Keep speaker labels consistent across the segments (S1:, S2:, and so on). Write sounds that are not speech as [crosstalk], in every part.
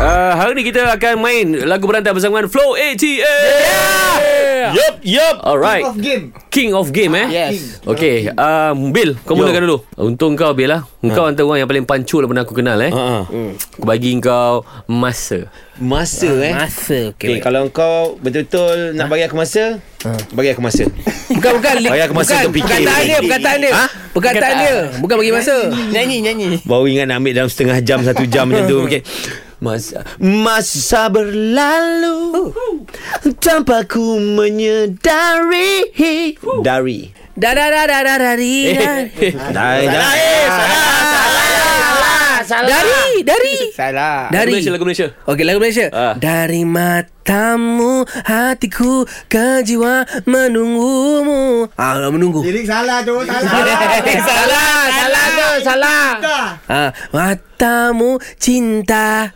S1: Uh, hari ni kita akan main lagu berantai bersamaan Flow ATA. Yeah.
S2: Yup, yup.
S1: Alright.
S3: Of game
S1: King of game eh.
S2: Yes.
S1: Okay, um, Bil, kau
S2: Yo.
S1: mulakan dulu. Untung kau Bil lah. Kau antara orang yang paling pancul yang pernah aku kenal eh.
S2: Ha.
S1: Aku bagi kau masa.
S2: Masa eh.
S4: Masa
S2: Okay,
S4: okay, okay,
S2: kalau kau betul-betul nak bagi aku masa, bagi aku masa.
S4: Bukan bukan
S2: Bagi aku masa
S4: bukan,
S2: untuk fikir.
S4: Perkataan dia Perkataan dia
S2: Ha?
S4: Perkataan dia Bukan bagi masa Nyanyi nyanyi
S2: Baru ingat nak ambil dalam setengah jam Satu jam macam tu okay. Masa, masa berlalu Tanpa ku menyedari Dari
S4: Da da da da da dari
S1: Eh.
S2: Dari
S4: Dari Dari
S3: Salah
S4: Dari
S1: [laughs] Lagu Malaysia, lagu Malaysia.
S4: Okey lagu Malaysia
S1: Ah.
S4: Dari matamu Hatiku Ke jiwa Menunggumu Ah menunggu
S3: Lirik salah tu
S4: [laughs] Eh,
S3: Salah
S4: salah Salah tu Salah ah, Matamu Cinta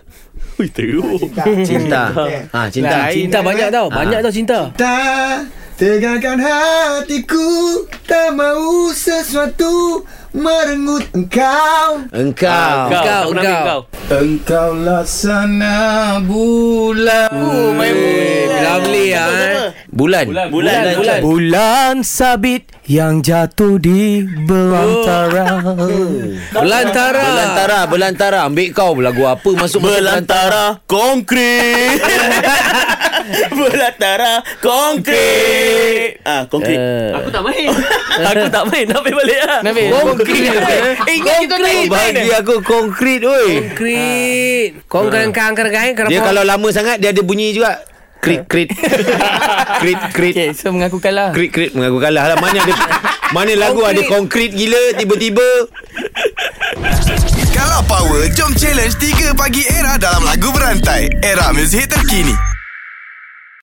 S2: Ui teruk Cinta ha, Cinta
S4: Cinta, cinta banyak tau Banyak tau cinta
S3: Tak Tegakkan hatiku Tak mau sesuatu Merengut engkau
S1: Ah, Kau,
S2: Engkau
S4: Engkau,
S1: kau,
S4: engkau.
S1: kau.
S3: Engkau laksana bulan
S4: Eh, Lovely ah. Bulan.
S1: Bulan, bulan, bulan.
S3: Bulan sabit yang jatuh di belantara
S4: Belantara.
S2: Belantara Belantara Ambil kau lagu apa Masuk Belantara [laughs] Konkrit Belantara Konkrit Ah Konkrit
S1: Aku tak main. [laughs] aku tak main. Nabi balik lah.
S4: Nabil. Konkrit.
S1: Eh,
S2: Ingat kita naik Bagi aku konkrit oi.
S4: Konkrit. Kau kan kang kang kang
S2: Dia kalau lama sangat Dia ada bunyi juga Krit [laughs] krit Krit krit
S5: Okay, so mengaku kalah.
S2: Krit krit Mengaku kalah lah Mana ada Mana lagu ada konkrit gila Tiba-tiba
S6: Kalau power, jom challenge 3 pagi era dalam lagu berantai. Era muzik terkini.